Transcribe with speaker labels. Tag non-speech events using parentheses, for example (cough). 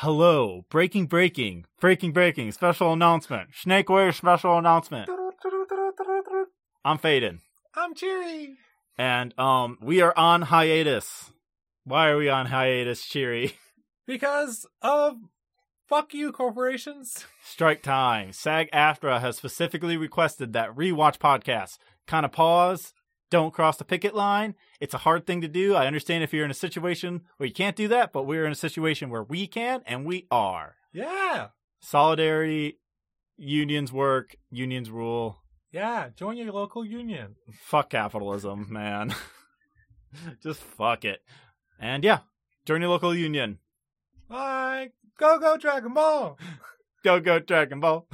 Speaker 1: Hello, breaking, breaking, breaking, breaking, special announcement, Snake Warrior special announcement. I'm Faden,
Speaker 2: I'm Jerry.
Speaker 1: and um, we are on hiatus. Why are we on hiatus, Cheery? (laughs)
Speaker 2: Because of fuck you, corporations.
Speaker 1: Strike time. SAG AFTRA has specifically requested that rewatch podcasts kind of pause, don't cross the picket line. It's a hard thing to do. I understand if you're in a situation where you can't do that, but we're in a situation where we can, and we are.
Speaker 2: Yeah.
Speaker 1: Solidarity, unions work, unions rule.
Speaker 2: Yeah. Join your local union.
Speaker 1: Fuck capitalism, man. (laughs) Just fuck it. And yeah, join your local union.
Speaker 2: Bye. Go, go, Dragon Ball.
Speaker 1: Go, go, Dragon Ball.